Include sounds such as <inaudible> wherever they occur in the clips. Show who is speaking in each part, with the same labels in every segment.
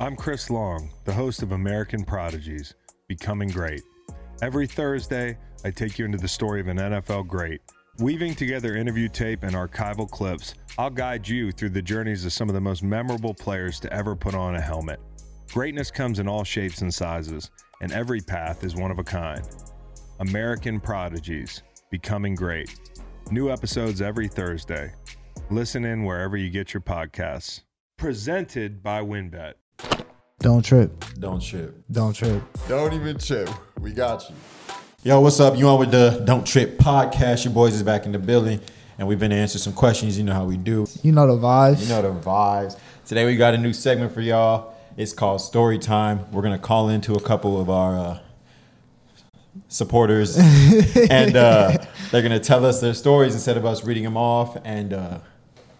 Speaker 1: I'm Chris Long, the host of American Prodigies Becoming Great. Every Thursday, I take you into the story of an NFL great. Weaving together interview tape and archival clips, I'll guide you through the journeys of some of the most memorable players to ever put on a helmet. Greatness comes in all shapes and sizes, and every path is one of a kind. American Prodigies Becoming Great. New episodes every Thursday. Listen in wherever you get your podcasts. Presented by WinBet.
Speaker 2: Don't trip.
Speaker 3: Don't trip.
Speaker 2: Don't trip.
Speaker 4: Don't even trip. We got you.
Speaker 3: Yo, what's up? You on with the Don't Trip podcast? Your boys is back in the building, and we've been answering some questions. You know how we do.
Speaker 2: You know the vibes.
Speaker 3: You know the vibes. Today we got a new segment for y'all. It's called Story Time. We're gonna call into a couple of our uh,
Speaker 4: <laughs>
Speaker 3: supporters, and uh, they're gonna tell us their stories instead of us reading them off, and uh,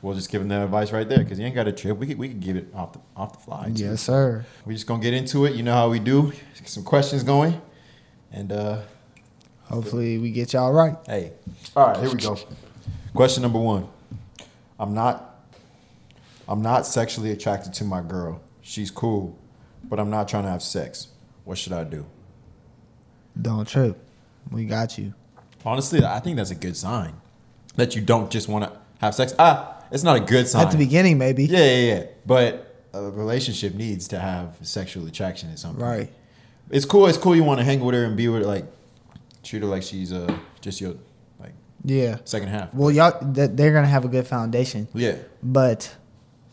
Speaker 3: we'll just give them the advice right there. Because you ain't got a trip, we could, we could give it off the off the fly. too.
Speaker 2: yes, sir.
Speaker 3: We just gonna get into it. You know how we do. Get some questions going, and uh,
Speaker 2: Hopefully we get y'all right.
Speaker 3: hey, all right, here we go. Question number one: I'm not, I'm not sexually attracted to my girl. She's cool, but I'm not trying to have sex. What should I do?
Speaker 2: Don't trip. We got you.
Speaker 3: Honestly, I think that's a good sign that you don't just want to have sex. Ah, it's not a good sign.
Speaker 2: At the beginning, maybe.
Speaker 3: Yeah, yeah, yeah. But a relationship needs to have sexual attraction at some point.
Speaker 2: Right.
Speaker 3: It's cool. It's cool. You want to hang with her and be with her, like treat her like she's uh just your like
Speaker 2: Yeah.
Speaker 3: second half.
Speaker 2: Well, y'all, th- they're gonna have a good foundation.
Speaker 3: yeah,
Speaker 2: But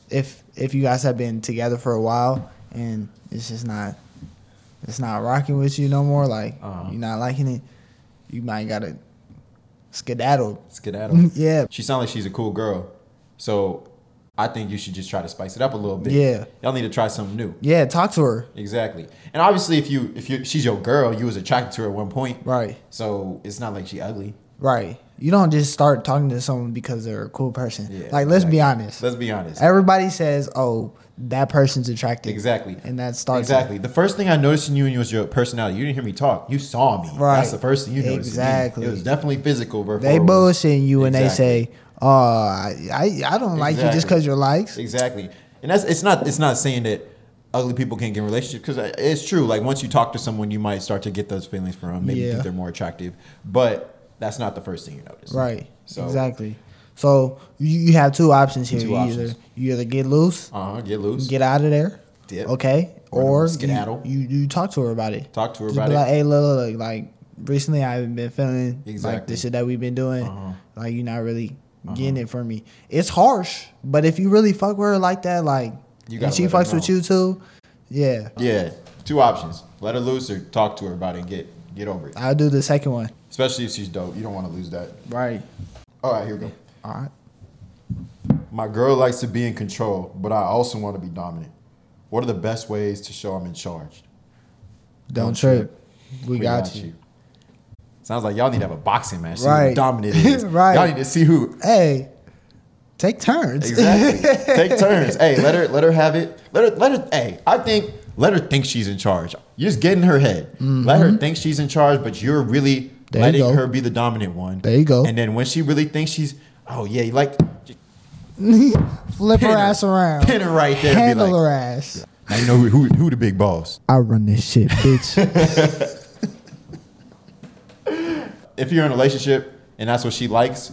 Speaker 2: if if you guys have been together for a while and it's just not it's not rocking with you no more, like
Speaker 3: Uh-huh.
Speaker 2: you're not liking it, you might gotta skedaddle. <laughs>
Speaker 3: skedaddle.
Speaker 2: Yeah.
Speaker 3: She sounds like she's a cool girl, so I think you should just try to spice it up a little bit.
Speaker 2: Yeah.
Speaker 3: y'all need to try something new.
Speaker 2: Yeah, talk to her.
Speaker 3: Exactly. And obviously, if you if you she's your girl, you was attracted to her at one point.
Speaker 2: Right.
Speaker 3: So it's not like she ugly.
Speaker 2: Right. You don't just start talking to someone because they're a cool person.
Speaker 3: Yeah,
Speaker 2: like let's be
Speaker 3: exactly.
Speaker 2: honest.
Speaker 3: Let's be honest.
Speaker 2: Everybody says, "Oh, that person's attractive."
Speaker 3: Exactly.
Speaker 2: And that starts it.
Speaker 3: Exactly. The first thing I noticed in you was your personality. You didn't hear me talk. You saw me.
Speaker 2: Right.
Speaker 3: That's the first thing you noticed. in me.
Speaker 2: Exactly.
Speaker 3: It was definitely physical. Before
Speaker 2: They
Speaker 3: it was-
Speaker 2: bullshitting you and they
Speaker 3: Exactly.
Speaker 2: say, "Oh, I I, I don't like you just
Speaker 3: Exactly.
Speaker 2: because you're likes."
Speaker 3: Exactly. And that's it's not it's not saying that ugly people can't get in relationships because it's true. Like once you talk to someone, you might start to get those feelings from them. Maybe you
Speaker 2: Yeah.
Speaker 3: think they're more attractive, but that's not the first thing you notice.
Speaker 2: Right.
Speaker 3: So,
Speaker 2: Exactly. So you, you have two options here.
Speaker 3: Two
Speaker 2: you
Speaker 3: options.
Speaker 2: either you either get loose,
Speaker 3: Uh huh. Get loose.
Speaker 2: get out of there,
Speaker 3: Dip.
Speaker 2: okay,
Speaker 3: Or
Speaker 2: or you-
Speaker 3: skedaddle.
Speaker 2: You, you talk to her about it.
Speaker 3: Talk to her
Speaker 2: Just
Speaker 3: about
Speaker 2: be
Speaker 3: it.
Speaker 2: like, hey, look, look, look, like recently I haven't been feeling like
Speaker 3: Exactly.
Speaker 2: the shit that we've been doing.
Speaker 3: Uh-huh.
Speaker 2: Like you're not really getting it from me. It's harsh, but if you really fuck with her like that, like
Speaker 3: You
Speaker 2: and
Speaker 3: gotta
Speaker 2: she
Speaker 3: let her
Speaker 2: fucks with
Speaker 3: know.
Speaker 2: you too, yeah,
Speaker 3: yeah. Two options: let her loose or talk to her about it and get get over it.
Speaker 2: I'll do the second one.
Speaker 3: Especially if she's dope, you don't want to lose that.
Speaker 2: Right.
Speaker 3: All right, here we go.
Speaker 2: All right.
Speaker 3: My girl likes to be in control, but I also want to be dominant. What are the best ways to show I'm in charge?
Speaker 2: Don't,
Speaker 3: Don't
Speaker 2: trip.
Speaker 3: trip.
Speaker 2: We, got, you.
Speaker 3: Sounds like y'all need to have a boxing match.
Speaker 2: Right.
Speaker 3: Right.
Speaker 2: <laughs>
Speaker 3: Dominant is.
Speaker 2: Right.
Speaker 3: Y'all need to see who
Speaker 2: Hey, take turns. <laughs>
Speaker 3: exactly. Take turns. Hey, let her let her have it. Let her let her. Hey, I think let her think she's in charge. You just get in her head. Let her think she's in charge, but you're really
Speaker 2: Mm-hmm. There you
Speaker 3: letting
Speaker 2: go.
Speaker 3: her be the dominant one.
Speaker 2: There you go.
Speaker 3: And then when she really thinks she's, oh yeah, you like just
Speaker 2: Flip her
Speaker 3: Pin her.
Speaker 2: ass around.
Speaker 3: pin her right there. and
Speaker 2: Handle
Speaker 3: Be
Speaker 2: her
Speaker 3: like,
Speaker 2: ass.
Speaker 3: I know who, who who the big boss.
Speaker 2: I run this shit,
Speaker 3: <laughs>
Speaker 2: bitch.
Speaker 3: If you're in a relationship and that's what she likes,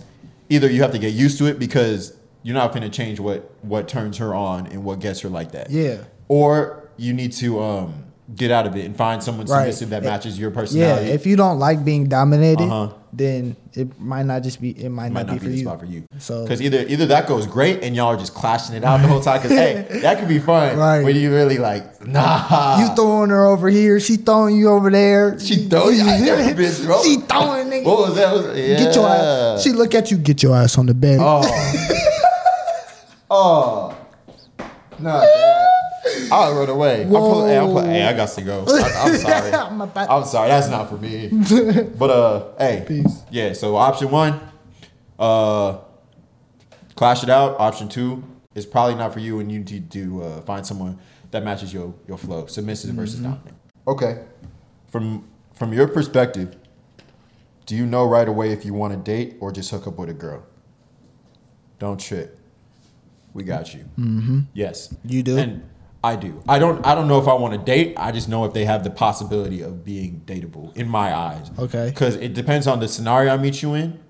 Speaker 3: either you have to get used to it because you're not going to change what what turns her on and what gets her like that.
Speaker 2: yeah.
Speaker 3: or you need to um, get out of it and find someone
Speaker 2: Right.
Speaker 3: submissive that matches your
Speaker 2: Yeah.
Speaker 3: personality.
Speaker 2: If you don't like being dominated,
Speaker 3: Uh-huh.
Speaker 2: then it might not just be it might,
Speaker 3: might
Speaker 2: not,
Speaker 3: not
Speaker 2: be,
Speaker 3: be the spot
Speaker 2: for
Speaker 3: for
Speaker 2: you.
Speaker 3: you.
Speaker 2: So-
Speaker 3: because either either that goes great and y'all are just clashing it out the whole time. Because
Speaker 2: <laughs>
Speaker 3: hey, that could be fun.
Speaker 2: Right.
Speaker 3: When you really like, nah.
Speaker 2: You throwing her over here, she throwing you over there.
Speaker 3: Ah. She throwing- I never been thrown.
Speaker 2: She throwing nigga.
Speaker 3: what was that? What was-
Speaker 2: Get your ass.
Speaker 3: Oh, Yeah.
Speaker 2: She look at you. Get your ass on the bed.
Speaker 3: Oh. oh. Not that. I'll run away. I'm pull, hey, I'm pull, hey, I got
Speaker 2: <laughs>
Speaker 3: to go. I, am sorry.
Speaker 2: I'm about-
Speaker 3: I'm sorry. That's not for me. But uh, hey,
Speaker 2: Peace.
Speaker 3: yeah. So option one, uh, clash it out. Option two is probably not for you, and you need to uh, find someone that matches your your flow, submissive versus dominant. Okay. From from your perspective, do you know right away if you want to date or just hook up with a girl? Don't trip. We got you. Mm-hmm. Yes.
Speaker 2: You do?
Speaker 3: And I do. I don't. I don't know if I want to date. I just know if they have the possibility of being dateable in my eyes.
Speaker 2: Okay.
Speaker 3: Because it depends on the scenario I meet you in,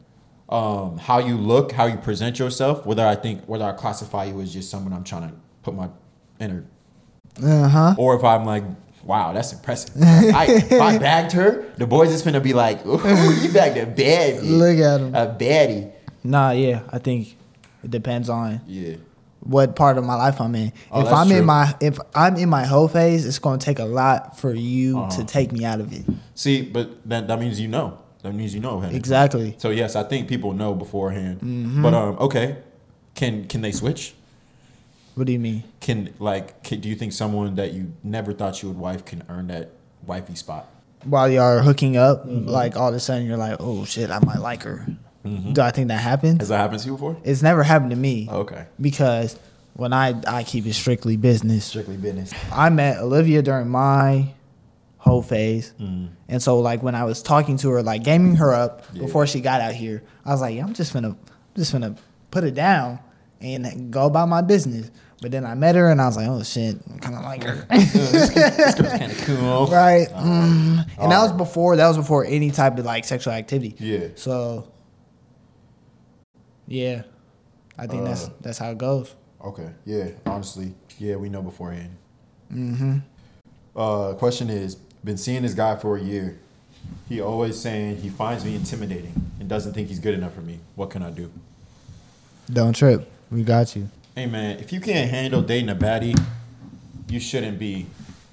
Speaker 3: um, how you look, how you present yourself, whether I think whether I classify you as just someone I'm trying to put my inner
Speaker 2: Uh huh.
Speaker 3: or if I'm like, wow, that's impressive. I, if I bagged her, the boys is gonna be like, ooh, you bagged a baddie.
Speaker 2: Look at him.
Speaker 3: A baddie.
Speaker 2: Nah, yeah. I think it depends on
Speaker 3: Yeah.
Speaker 2: what part of my life I'm in.
Speaker 3: Oh,
Speaker 2: if
Speaker 3: that's
Speaker 2: I'm
Speaker 3: true.
Speaker 2: in my if I'm in my whole phase, it's gonna take a lot for you
Speaker 3: Uh-huh.
Speaker 2: to take me out of it.
Speaker 3: See, but that, that means you know. That means you know. Henry.
Speaker 2: Exactly. Mm-hmm.
Speaker 3: So yes, I think people know beforehand. But um, okay, can can they switch?
Speaker 2: What do you mean?
Speaker 3: Can like, can, do you think someone that you never thought you would wife can earn that wifey spot?
Speaker 2: While you are hooking up, like all of a sudden you're like, oh shit, I might like her. Do I think that happens?
Speaker 3: Has that happened to you before?
Speaker 2: It's never happened to me.
Speaker 3: Okay.
Speaker 2: Because when I I keep it strictly business.
Speaker 3: Strictly business.
Speaker 2: I met Olivia during my whole phase. And so like when I was talking to her, like gaming her up before she got out here, I was like, yeah, I'm just finna I'm just finna put it down and go about my business. But then I met her and I was like, oh shit, I kinda like her.
Speaker 3: This girl's kind of
Speaker 2: <laughs>
Speaker 3: cool.
Speaker 2: right. Mm. And that was before that was before any type of like sexual activity.
Speaker 3: Yeah.
Speaker 2: So yeah. I think
Speaker 3: Uh.
Speaker 2: that's that's how it goes.
Speaker 3: Okay. Yeah. Honestly. Yeah, we know beforehand. Mm-hmm. Uh, question is: Been seeing this guy for a year. He always saying he finds me intimidating and doesn't think he's good enough for me. What can I do?
Speaker 2: Don't trip. We got you.
Speaker 3: Hey man, if you can't handle dating a baddie, you shouldn't be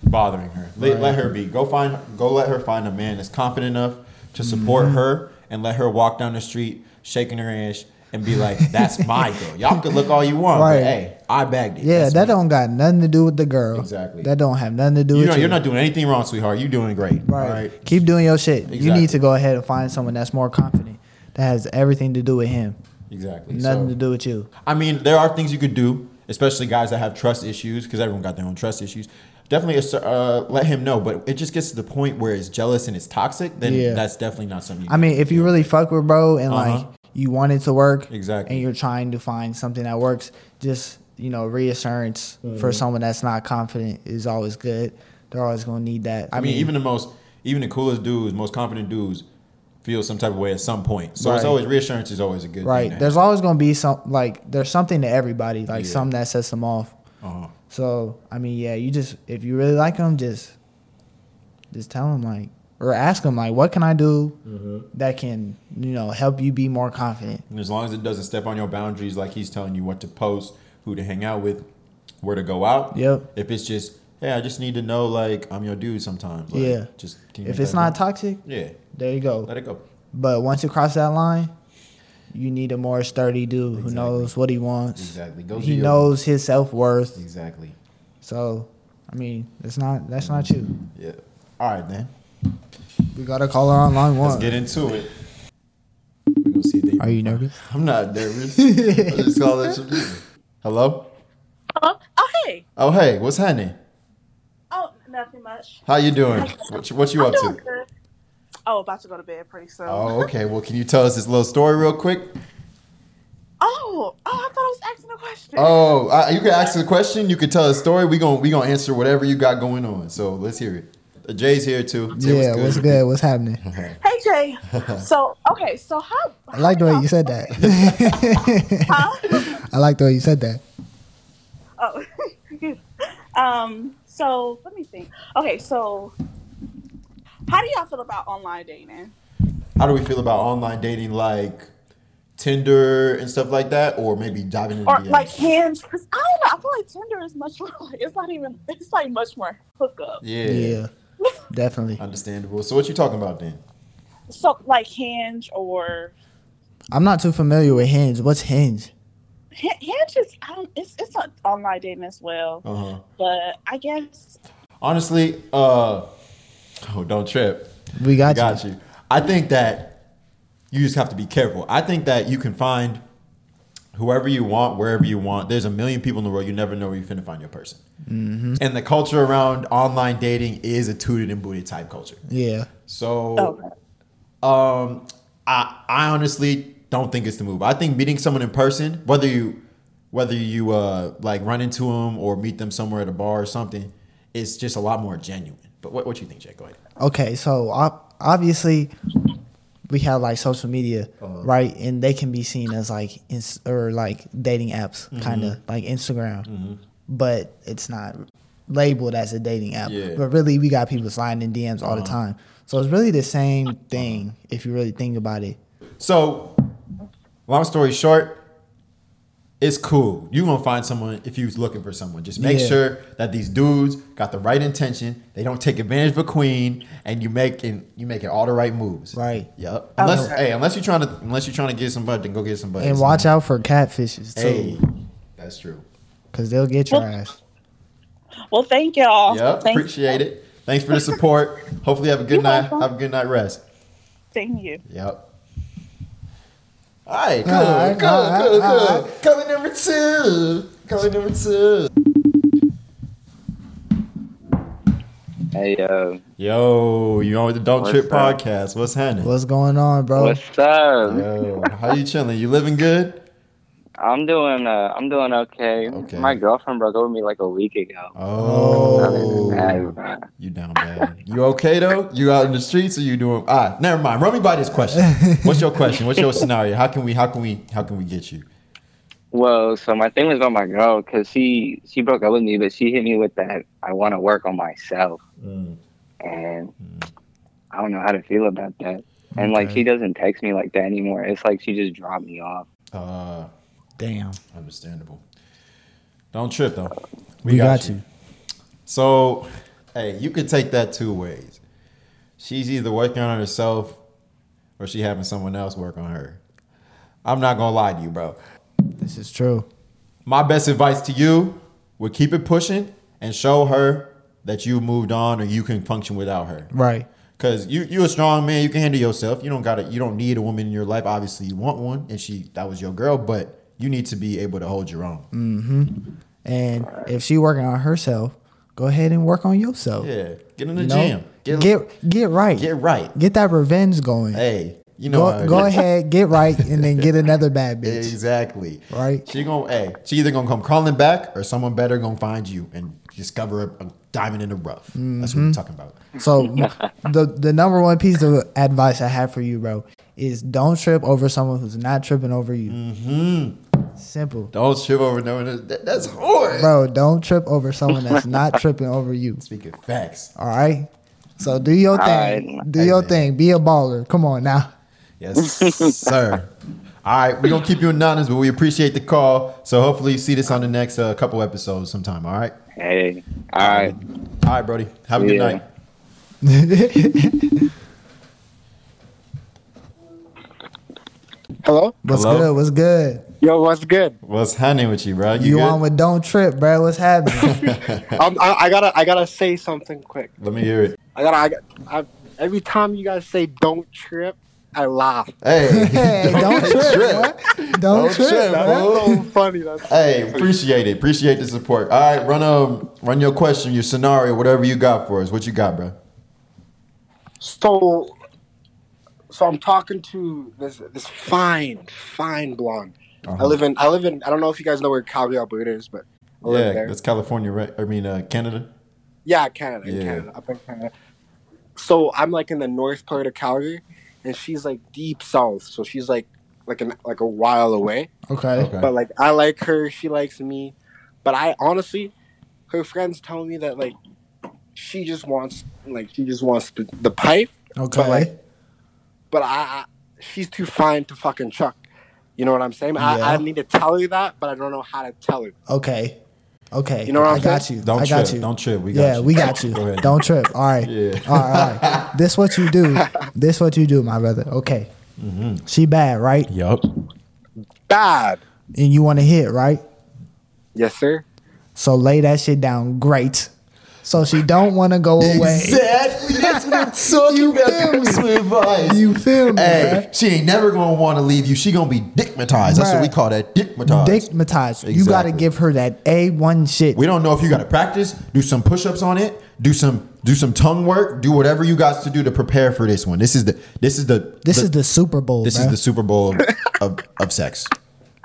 Speaker 3: bothering her. Let, let her be. Go find. Go let her find a man that's confident enough to support
Speaker 2: Mm-hmm.
Speaker 3: her and let her walk down the street shaking her ass and be like, "That's
Speaker 2: <laughs>
Speaker 3: my girl." Y'all could look all you want,
Speaker 2: Right.
Speaker 3: but hey, I bagged it.
Speaker 2: Yeah,
Speaker 3: That's
Speaker 2: that
Speaker 3: me.
Speaker 2: don't got nothing to do with the girl.
Speaker 3: Exactly.
Speaker 2: That don't have nothing to do
Speaker 3: You
Speaker 2: with
Speaker 3: know,
Speaker 2: you.
Speaker 3: you're not doing anything wrong, sweetheart. You're doing great.
Speaker 2: right.
Speaker 3: All right.
Speaker 2: Keep doing your shit. You
Speaker 3: Exactly.
Speaker 2: need to go ahead and find someone that's more confident. That has everything to do with him.
Speaker 3: Exactly.
Speaker 2: Nothing
Speaker 3: So,
Speaker 2: to do with you.
Speaker 3: I mean, there are things you could do, especially guys that have trust issues, because everyone got their own trust issues. Definitely uh, let him know, but it just gets to the point where it's jealous and it's toxic. Then
Speaker 2: Yeah.
Speaker 3: that's definitely not something. You
Speaker 2: I mean, if you really fuck with bro and like
Speaker 3: Uh-huh.
Speaker 2: you want it to work,
Speaker 3: Exactly.
Speaker 2: and you're trying to find something that works, just you know, reassurance
Speaker 3: Mm-hmm.
Speaker 2: for someone that's not confident is always good. They're always gonna need that.
Speaker 3: I mean, even the most, even the coolest dudes, most confident dudes, feel some type of way at some point. So it's
Speaker 2: Right.
Speaker 3: always reassurance is always a good
Speaker 2: right.
Speaker 3: thing. to
Speaker 2: There's
Speaker 3: have.
Speaker 2: always gonna be some like there's something to everybody. Like
Speaker 3: Yeah.
Speaker 2: something that sets them off.
Speaker 3: Uh-huh.
Speaker 2: So I mean, yeah, you just if you really like them, just just tell them like or ask them like, what can I do
Speaker 3: Mm-hmm.
Speaker 2: that can you know help you be more confident?
Speaker 3: And as long as it doesn't step on your boundaries, like he's telling you what to post, who to hang out with, where to go out.
Speaker 2: Yep.
Speaker 3: If it's just, hey, I just need to know, like, I'm your dude sometimes. Like,
Speaker 2: Yeah.
Speaker 3: Just can you
Speaker 2: If
Speaker 3: make
Speaker 2: it's
Speaker 3: that
Speaker 2: not
Speaker 3: work?
Speaker 2: toxic,
Speaker 3: yeah,
Speaker 2: there you
Speaker 3: let
Speaker 2: go.
Speaker 3: it go.
Speaker 2: But once you cross that line, you need a more sturdy dude who
Speaker 3: Exactly.
Speaker 2: knows what he wants.
Speaker 3: Exactly. Go
Speaker 2: he
Speaker 3: to your-
Speaker 2: knows his self worth.
Speaker 3: Exactly.
Speaker 2: So, I mean, it's not that's not you.
Speaker 3: Yeah. All right, then.
Speaker 2: We gotta call her on line
Speaker 3: Let's
Speaker 2: one.
Speaker 3: get into it. We're going to see if they.
Speaker 2: Are you nervous?
Speaker 3: I'm not <laughs> nervous. I just call it some people. Hello?
Speaker 5: Hello? Oh, hey.
Speaker 3: Oh, hey, what's happening?
Speaker 5: Oh, nothing much.
Speaker 3: How you doing? What you, what you
Speaker 5: I'm
Speaker 3: up
Speaker 5: doing
Speaker 3: to?
Speaker 5: good. Oh, about to go to bed pretty soon. Oh.
Speaker 3: Oh, okay. Well, can you tell us this little story real quick?
Speaker 5: oh, I thought I was asking a question.
Speaker 3: Oh, I, you can ask a question. You can tell a story. We gon' we gonna answer whatever you got going on. So let's hear it. Uh, Jay's here too. Jay,
Speaker 2: yeah, what's good? What's happening?
Speaker 5: Hey,
Speaker 2: <laughs>
Speaker 5: Jay. so, okay, so how?
Speaker 2: I like the way you said that. <laughs>
Speaker 5: <laughs> Huh?
Speaker 2: I like the way you said that.
Speaker 5: oh. <laughs> um. So let me think. Okay, so how do y'all feel about online dating?
Speaker 3: How do we feel about online dating, like Tinder and stuff like that, or maybe diving into
Speaker 5: Or
Speaker 3: DMs?
Speaker 5: like hands? 'Cause I don't know. I feel like Tinder is much more. <laughs> Like, it's not even. It's like much more hookup.
Speaker 3: yeah,
Speaker 2: Yeah, definitely.
Speaker 3: understandable. So what you talking about then?
Speaker 5: So like Hinge or
Speaker 2: I'm not too familiar with Hinge. What's Hinge?
Speaker 5: Hin- Hinge is I don't, it's it's an online dating as well,
Speaker 3: Uh huh.
Speaker 5: but I guess
Speaker 3: Honestly, uh, oh, don't trip.
Speaker 2: We got, you.
Speaker 3: Got you. I think that you just have to be careful. I think that you can find whoever you want, wherever you want. There's a million people in the world. You never know where you're finna find your person. And the culture around online dating is a tooted and booted type culture.
Speaker 2: Yeah,
Speaker 3: So,
Speaker 5: oh,
Speaker 3: um, I I honestly don't think it's the move. I think meeting someone in person, whether you whether you uh, like run into them or meet them somewhere at a bar or something, it's just a lot more genuine. But what what you think, Jake? Go ahead.
Speaker 2: Okay, so ob- obviously we have like social media,
Speaker 3: Uh-huh.
Speaker 2: right? And they can be seen as like ins- or like dating apps,
Speaker 3: Mm-hmm.
Speaker 2: kind of like Instagram, but it's not labeled as a dating app.
Speaker 3: Yeah. Uh-huh.
Speaker 2: But really, we got people sliding in DMs all the time, so it's really the same thing if you really think about it.
Speaker 3: So, long story short, it's cool. You gonna find someone if you was looking for someone. Just make
Speaker 2: Yeah.
Speaker 3: sure that these dudes got the right intention. They don't take advantage of a queen, and you making you making all the right moves.
Speaker 2: Right.
Speaker 3: Yep. Unless hey, unless you're trying to unless you're trying to get some bud, then go get some bud.
Speaker 2: And watch out for catfishes
Speaker 3: Hey,
Speaker 2: too,
Speaker 3: that's true.
Speaker 2: because they'll get your ass.
Speaker 5: Well, thank y'all.
Speaker 3: Yep.
Speaker 5: Thank,
Speaker 3: Appreciate it. Thanks for the support. Hopefully, have a good
Speaker 5: You're
Speaker 3: night.
Speaker 5: welcome.
Speaker 3: Have a good night rest.
Speaker 5: thank you.
Speaker 3: Yep. All right, good,
Speaker 2: All right,
Speaker 3: good,
Speaker 2: all right,
Speaker 3: good,
Speaker 2: all
Speaker 3: good. Coming number two. Coming number two.
Speaker 6: Hey yo,
Speaker 3: Yo, you on with the Don't
Speaker 6: What's
Speaker 3: Trip
Speaker 6: up?
Speaker 3: podcast? What's happening?
Speaker 2: What's going on,
Speaker 3: Oh.
Speaker 2: bro?
Speaker 6: what's up?
Speaker 3: Yo, how you chilling? You living good?
Speaker 6: I'm doing uh, I'm doing okay.
Speaker 3: Okay.
Speaker 6: My girlfriend broke up with me like a week ago.
Speaker 3: Oh, you down bad? You okay though? You out in the streets or you doing? Ah, never mind. Run me by this question. What's your question? What's your scenario? How can we? How can we? How can we get you?
Speaker 6: Well, so my thing was about my girl because she she broke up with me, but she hit me with that I want to work on myself,
Speaker 3: Mm.
Speaker 6: and I don't know how to feel about that. And like
Speaker 3: Okay.
Speaker 6: she doesn't text me like that anymore. It's like she just dropped me off.
Speaker 3: Uh,
Speaker 2: Damn,
Speaker 3: understandable. Don't trip though.
Speaker 2: we, got, you.
Speaker 3: So, hey, you could take that two ways. She's either working on herself or she having someone else work on her. I'm not gonna lie to you, bro.
Speaker 2: This is true.
Speaker 3: My best advice to you would keep it pushing and show her that you moved on or you can function without her.
Speaker 2: Right.
Speaker 3: Cause you you a strong man, you can handle yourself. You don't gotta you don't need a woman in your life. Obviously, you want one, and she that was your girl, but you need to be able to hold your own.
Speaker 2: Mm. And if she working on herself, go ahead and work on yourself.
Speaker 3: Yeah. Get in the
Speaker 2: You know?
Speaker 3: gym. Get, get
Speaker 2: get get right.
Speaker 3: get right.
Speaker 2: that revenge going.
Speaker 3: hey, you know how
Speaker 2: go
Speaker 3: it
Speaker 2: go
Speaker 3: is.
Speaker 2: ahead, get right, and then get another bad
Speaker 3: <laughs>
Speaker 2: bitch.
Speaker 3: Exactly.
Speaker 2: Right.
Speaker 3: She gonna hey, she either gonna come crawling back or someone better gonna find you and discover a, a diamond in the rough. That's what
Speaker 2: Mm-hmm.
Speaker 3: we're talking about.
Speaker 2: So the the number one piece of advice I have for you, bro, is don't trip over someone who's not tripping over you.
Speaker 3: Mm.
Speaker 2: Simple.
Speaker 3: Don't trip Mm-hmm. over no one. That, that's hard.
Speaker 2: Bro, don't trip over someone that's not tripping over you.
Speaker 3: Speaking facts.
Speaker 2: All right. So do your thing.
Speaker 6: right.
Speaker 2: Do your
Speaker 3: Hey, man.
Speaker 2: thing. Be a baller. Come on now. <laughs>
Speaker 3: Yes, <laughs> sir. All right, we're gonna keep you anonymous, but we appreciate the call. So hopefully you see this on the next uh, couple episodes sometime. All right.
Speaker 6: Hey, all right.
Speaker 3: All right, Brody. Have a good
Speaker 6: Yeah.
Speaker 3: night.
Speaker 7: Hello?
Speaker 2: What's
Speaker 3: Hello?
Speaker 2: good? What's good?
Speaker 7: Yo,
Speaker 3: <laughs>
Speaker 7: what's good?
Speaker 3: What's happening with you, bro? You,
Speaker 2: You
Speaker 3: good?
Speaker 2: on with Don't Trip, bro. What's happening?
Speaker 7: Um, I, I gotta, I gotta say something quick.
Speaker 3: <laughs> Let me hear it.
Speaker 7: I gotta, I, got- I, every time you guys say "don't trip," I laugh.
Speaker 3: Hey,
Speaker 2: <laughs> hey, don't trip, boy. Don't, trip.
Speaker 3: bro. <laughs>
Speaker 7: So <laughs> funny. That's
Speaker 3: Hey, appreciate it. Appreciate the support. All right, run um, run your question, your scenario, whatever you got for us. What you got, bro?
Speaker 7: so. So I'm talking to this this fine, fine blonde. I live in, I live in. I don't know if you guys know where Calgary, Alberta is, but I live
Speaker 3: yeah,
Speaker 7: there.
Speaker 3: that's California, right? I mean, uh, Canada.
Speaker 7: Yeah, Canada, in
Speaker 3: Yeah.
Speaker 7: Canada, up in Canada. So I'm like in the north part of Calgary, and she's like deep south. So she's like, like an like a while away.
Speaker 2: Okay.
Speaker 3: Okay.
Speaker 7: but like I like her, she likes me. But I honestly, her friends tell me that like she just wants like she just wants the, the pipe,
Speaker 2: Okay.
Speaker 7: like, but I, I she's too fine to fucking chuck. You know what I'm saying? I, I
Speaker 2: Yeah.
Speaker 7: need to tell her that, but I don't know how to tell her.
Speaker 2: okay. Okay.
Speaker 7: You know what
Speaker 2: I
Speaker 7: I'm
Speaker 2: got
Speaker 7: saying?
Speaker 2: you.
Speaker 3: Don't
Speaker 2: I
Speaker 3: trip.
Speaker 2: got you.
Speaker 3: Don't trip. We got
Speaker 2: yeah,
Speaker 3: you.
Speaker 2: we got you.
Speaker 3: Go ahead.
Speaker 2: Don't trip. All right.
Speaker 3: Yeah.
Speaker 2: All right. All right. This what you
Speaker 3: <laughs>
Speaker 2: do. This what you do, my brother. Okay.
Speaker 3: Mm-hmm.
Speaker 2: She bad, right?
Speaker 3: Yup.
Speaker 7: Bad.
Speaker 2: And you want to hit, right?
Speaker 7: Yes, sir.
Speaker 2: So lay that shit down. Great. So she don't want to go away.
Speaker 3: Exactly.
Speaker 2: <laughs>
Speaker 3: That's what I'm talking
Speaker 2: feel me?
Speaker 3: about. Some advice.
Speaker 2: You feel me?
Speaker 3: hey,
Speaker 2: bruh?
Speaker 3: she ain't never gonna want to leave you. She gonna be dickmatized. That's what we
Speaker 2: Bruh.
Speaker 3: call that, dickmatized.
Speaker 2: Stigmatized. You got to
Speaker 3: Exactly.
Speaker 2: give her that A1 shit.
Speaker 3: We don't know if you got to practice, do some push-ups on it, do some do some tongue work, do whatever you got to do to prepare for this one. This is the this is the
Speaker 2: this is the Super Bowl.
Speaker 3: this
Speaker 2: bruh. <laughs>
Speaker 3: is the Super Bowl of, of, of sex.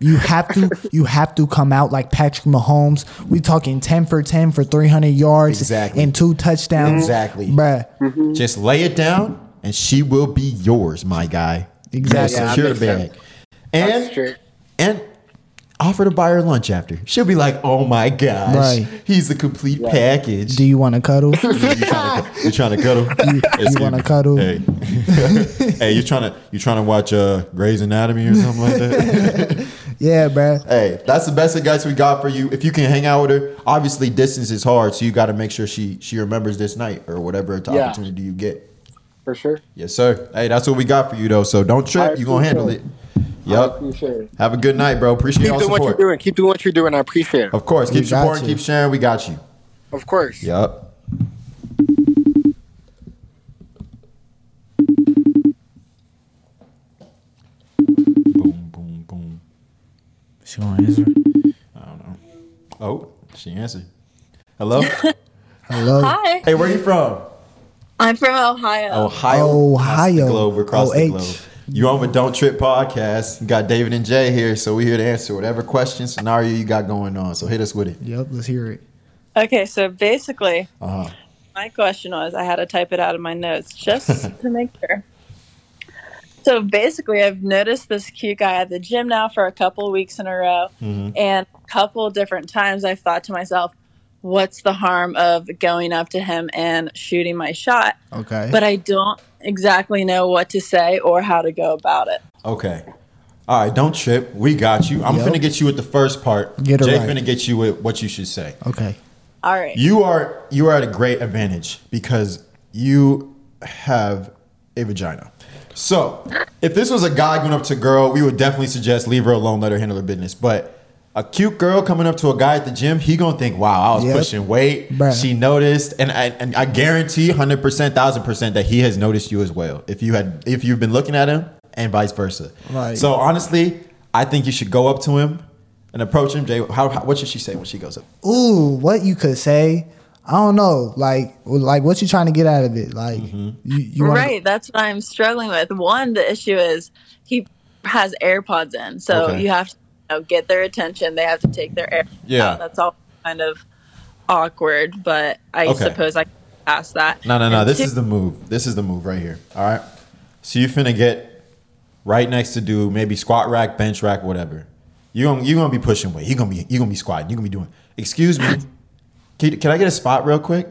Speaker 2: You have to you have to come out like Patrick Mahomes. We talking ten for ten for three hundred yards
Speaker 3: Exactly.
Speaker 2: and two touchdowns.
Speaker 3: Exactly.
Speaker 2: Bruh.
Speaker 3: Just lay it down, and she will be yours, my guy.
Speaker 2: Exactly.
Speaker 3: You will
Speaker 7: Yeah, that
Speaker 3: secure
Speaker 7: makes
Speaker 3: the bag,
Speaker 7: That's
Speaker 3: and
Speaker 7: true.
Speaker 3: and offer to buy her lunch after. She'll be like, "Oh my gosh,
Speaker 2: Right.
Speaker 3: he's the complete package."
Speaker 2: Do you wanna
Speaker 3: <laughs>
Speaker 2: cuddle?
Speaker 3: you trying to cuddle? Excuse
Speaker 2: wanna
Speaker 3: me.
Speaker 2: cuddle?
Speaker 3: Hey, <laughs> hey, you trying to you trying to watch uh, Grey's Anatomy or something like that?
Speaker 2: yeah, bruh.
Speaker 3: <laughs> hey, that's the best advice we got for you. If you can hang out with her, obviously distance is hard, so you got to make sure she she remembers this night or whatever
Speaker 7: Yeah.
Speaker 3: opportunity you get.
Speaker 7: For sure.
Speaker 3: Yes, sir. Hey, that's what we got for you though. So don't
Speaker 7: I
Speaker 3: trip. You gonna handle it.
Speaker 7: appreciate I
Speaker 3: Yep.
Speaker 7: appreciate it.
Speaker 3: Have a good night, bro. Appreciate
Speaker 7: Keep
Speaker 3: all
Speaker 7: doing what you're
Speaker 3: support.
Speaker 7: doing. Keep doing what you're doing. I appreciate it.
Speaker 3: Of course, keep
Speaker 2: We got
Speaker 3: supporting,
Speaker 2: you.
Speaker 3: keep sharing. We got you.
Speaker 7: Of course.
Speaker 3: Yep. Boom, boom, boom.
Speaker 2: She gonna answer.
Speaker 3: Oh, she answered. Hello.
Speaker 2: Hello.
Speaker 8: Hi.
Speaker 3: <laughs> hey, where you from?
Speaker 8: I'm from Ohio.
Speaker 3: Ohio. Across the
Speaker 2: Ohio.
Speaker 3: globe. Across the
Speaker 2: OH.
Speaker 3: globe. You on with Don't Trip podcast? You got David and Jay here, so we here to answer whatever question scenario you got going on. So hit us with it.
Speaker 2: Yep, let's hear it.
Speaker 8: Okay, so basically,
Speaker 3: Uh-huh.
Speaker 8: my question was I had to type it out of my
Speaker 3: <laughs>
Speaker 8: notes just to make sure. So basically, I've noticed this cute guy at the gym now for a couple weeks in a row,
Speaker 3: Mm-hmm.
Speaker 8: and a couple different times I've thought to myself, what's the harm of going up to him and shooting my shot?
Speaker 3: Eh.
Speaker 2: Okay.
Speaker 8: But I don't exactly know what to say or how to go about it.
Speaker 3: Okay. All right, don't trip. We got you. I'm
Speaker 2: Yep.
Speaker 3: finna get you with the first part.
Speaker 2: Get it
Speaker 3: Jay
Speaker 2: right.
Speaker 3: finna get you with what you should say.
Speaker 2: okay.
Speaker 8: All right.
Speaker 3: You are you are at a great advantage because you have a vagina. So if this was a guy going up to a girl, we would definitely suggest leave her alone, let her handle her business. But a cute girl coming up to a guy at the gym, he gonna think, "Wow, I was
Speaker 2: Yep.
Speaker 3: pushing weight.
Speaker 2: Bruh.
Speaker 3: She noticed, and I, and I guarantee, hundred percent, thousand percent, that he has noticed you as well. If you had, if you've been looking at him, and vice versa.
Speaker 2: Right.
Speaker 3: So honestly, I think you should go up to him and approach him. Jay, how, how what should she say when she goes up?
Speaker 2: Ooh, what you could say? I don't know. Like, like what you trying to get out of it? Like,
Speaker 3: Mm-hmm.
Speaker 2: you, you wanna-
Speaker 8: right that's what i'm struggling with one the issue is he has airpods in so
Speaker 3: Okay.
Speaker 8: you have to you know, get their attention they have to take their air
Speaker 3: Yeah.
Speaker 8: that's all kind of awkward but i
Speaker 3: Okay.
Speaker 8: suppose i can ask that
Speaker 3: No, no, no.
Speaker 8: And
Speaker 3: This
Speaker 8: two-
Speaker 3: is the move. This is the move right here. All right. So you finna get right next to do maybe squat rack, bench rack, whatever. You gonna you gonna be pushing weight. You gonna be you gonna be squatting. You gonna be doing. Excuse me. Can, can I get a spot real quick?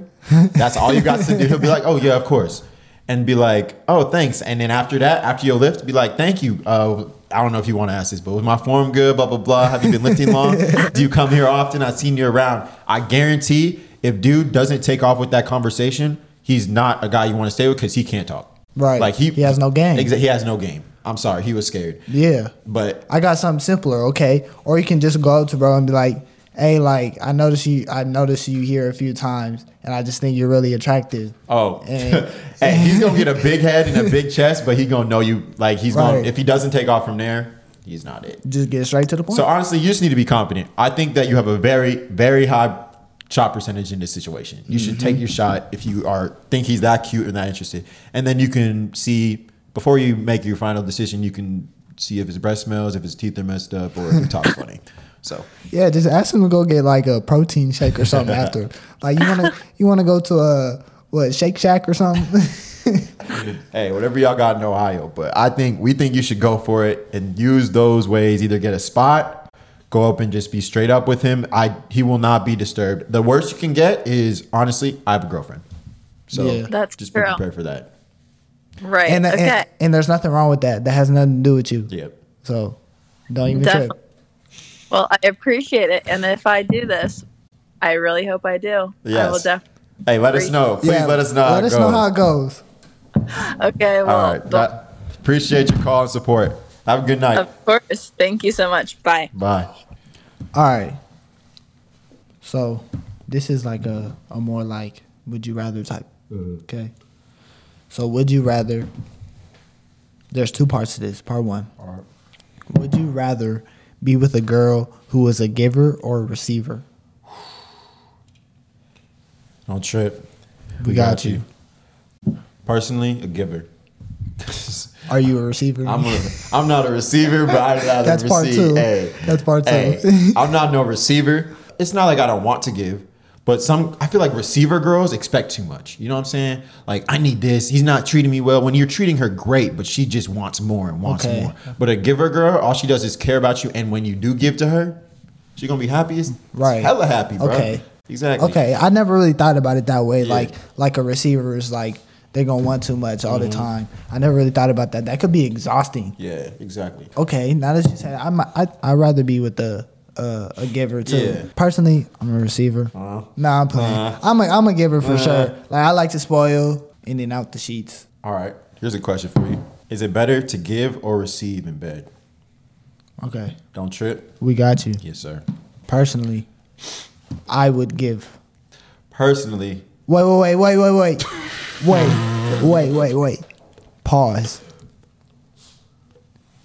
Speaker 3: That's all you got to do. He'll be like, oh yeah, of course, and be like, oh thanks. And then after that, after your lift, be like, thank you. Uh, I don't know if you want to ask this, but was my form good? Blah blah blah. Have you been lifting long?
Speaker 2: <laughs>
Speaker 3: do you come here often? I've seen you around. I guarantee, if dude doesn't take off with that conversation, he's not a guy you want to stay with because he can't talk.
Speaker 2: Right.
Speaker 3: Like he
Speaker 2: He has no game.
Speaker 3: Exa- he has no game. I'm sorry, he was scared.
Speaker 2: Yeah.
Speaker 3: But
Speaker 2: I got something simpler, okay? Or you can just go up to bro and be like, "Hey, like I noticed you. I noticed you here a few times, and I just think you're really attractive."
Speaker 3: oh,
Speaker 2: And-
Speaker 3: <laughs> hey, he's gonna get a big head and a
Speaker 2: <laughs>
Speaker 3: big chest, but he gonna know you. Like he's
Speaker 2: Right.
Speaker 3: gonna if he doesn't take off from there, he's not it.
Speaker 2: Just get straight to the point.
Speaker 3: So honestly, you just need to be confident. I think that you have a very, very high shot percentage in this situation. You should take your
Speaker 2: Mm-hmm.
Speaker 3: shot if you are think he's that cute and that interested, and then you can see before you make your final decision. You can see if his breath smells, if his teeth are messed up, or if he talks funny. So
Speaker 2: yeah, just ask him to go get like a protein shake or something
Speaker 3: <laughs>
Speaker 2: after. Like you wanna you wanna go to a what Shake Shack or something? <laughs>
Speaker 3: Hey, whatever y'all got in Ohio, but I think we think you should go for it and use those ways. Either get a spot, go up and just be straight up with him. I he will not be disturbed. The worst you can get is honestly, I have a girlfriend. So
Speaker 2: Yeah.
Speaker 8: That's
Speaker 3: just be
Speaker 8: true.
Speaker 3: prepared uh, for that.
Speaker 8: right
Speaker 2: and,
Speaker 8: okay
Speaker 2: and and there's nothing wrong with that. That has nothing to do with you.
Speaker 3: Yep.
Speaker 2: So don't even
Speaker 8: Definitely.
Speaker 2: trip.
Speaker 8: well i appreciate it and if i do this i really hope i do i will
Speaker 3: Yes.
Speaker 8: definitely
Speaker 3: Hey, let us know. Please
Speaker 2: Yeah,
Speaker 3: let us know. how
Speaker 2: Let us
Speaker 3: it
Speaker 2: know
Speaker 3: goes.
Speaker 2: how it goes.
Speaker 8: okay well
Speaker 3: All right.
Speaker 8: but-
Speaker 3: that- appreciate your call and support. Have a good night.
Speaker 8: of course thank you so much bye
Speaker 3: Bye.
Speaker 2: All right. So this is like a, a more like would you rather type. Okay. So would you rather there's two parts to this. Part one. Would you rather be with a girl who was a giver or a receiver?
Speaker 3: Don't trip.
Speaker 2: We got you.
Speaker 3: <laughs> Personally, a giver.
Speaker 2: Are you a receiver?
Speaker 3: I'm a, I'm not a receiver, but I'd rather
Speaker 2: That's part
Speaker 3: receive.
Speaker 2: two.
Speaker 3: Hey,
Speaker 2: That's part two.
Speaker 3: Hey, I'm not no receiver. It's not like I don't want to give, but some I feel like receiver girls expect too much. You know what I'm saying? Like I need this. He's not treating me well. When you're treating her great, but she just wants more and wants
Speaker 2: Okay.
Speaker 3: more. But a giver girl, all she does is care about you, and when you do give to her, she's gonna be happy. As,
Speaker 2: Right.
Speaker 3: Hella happy, bro.
Speaker 2: Okay.
Speaker 3: Exactly.
Speaker 2: Okay, I never really thought about it that way. Like like a receiver is like they're gonna want too much all the time. I never really thought about that. That could be exhausting.
Speaker 3: Yeah. Exactly.
Speaker 2: Okay, now that you said, it, I might I I'd rather be with the. Uh, a giver too.
Speaker 3: Yeah.
Speaker 2: Personally, I'm a receiver. nah, I'm playing.
Speaker 3: Uh.
Speaker 2: I'm a I'm a giver for
Speaker 3: Uh-huh.
Speaker 2: sure. Like I like to spoil in and out the sheets.
Speaker 3: All right. Here's a question for you: Is it better to give or receive in bed?
Speaker 2: Okay,
Speaker 3: Don't trip.
Speaker 2: we got you.
Speaker 3: Yes, sir.
Speaker 2: Personally, I would give.
Speaker 3: Personally,
Speaker 2: Wait, wait, wait, wait, wait,
Speaker 3: <laughs>
Speaker 2: wait, wait, wait, wait, wait. Pause.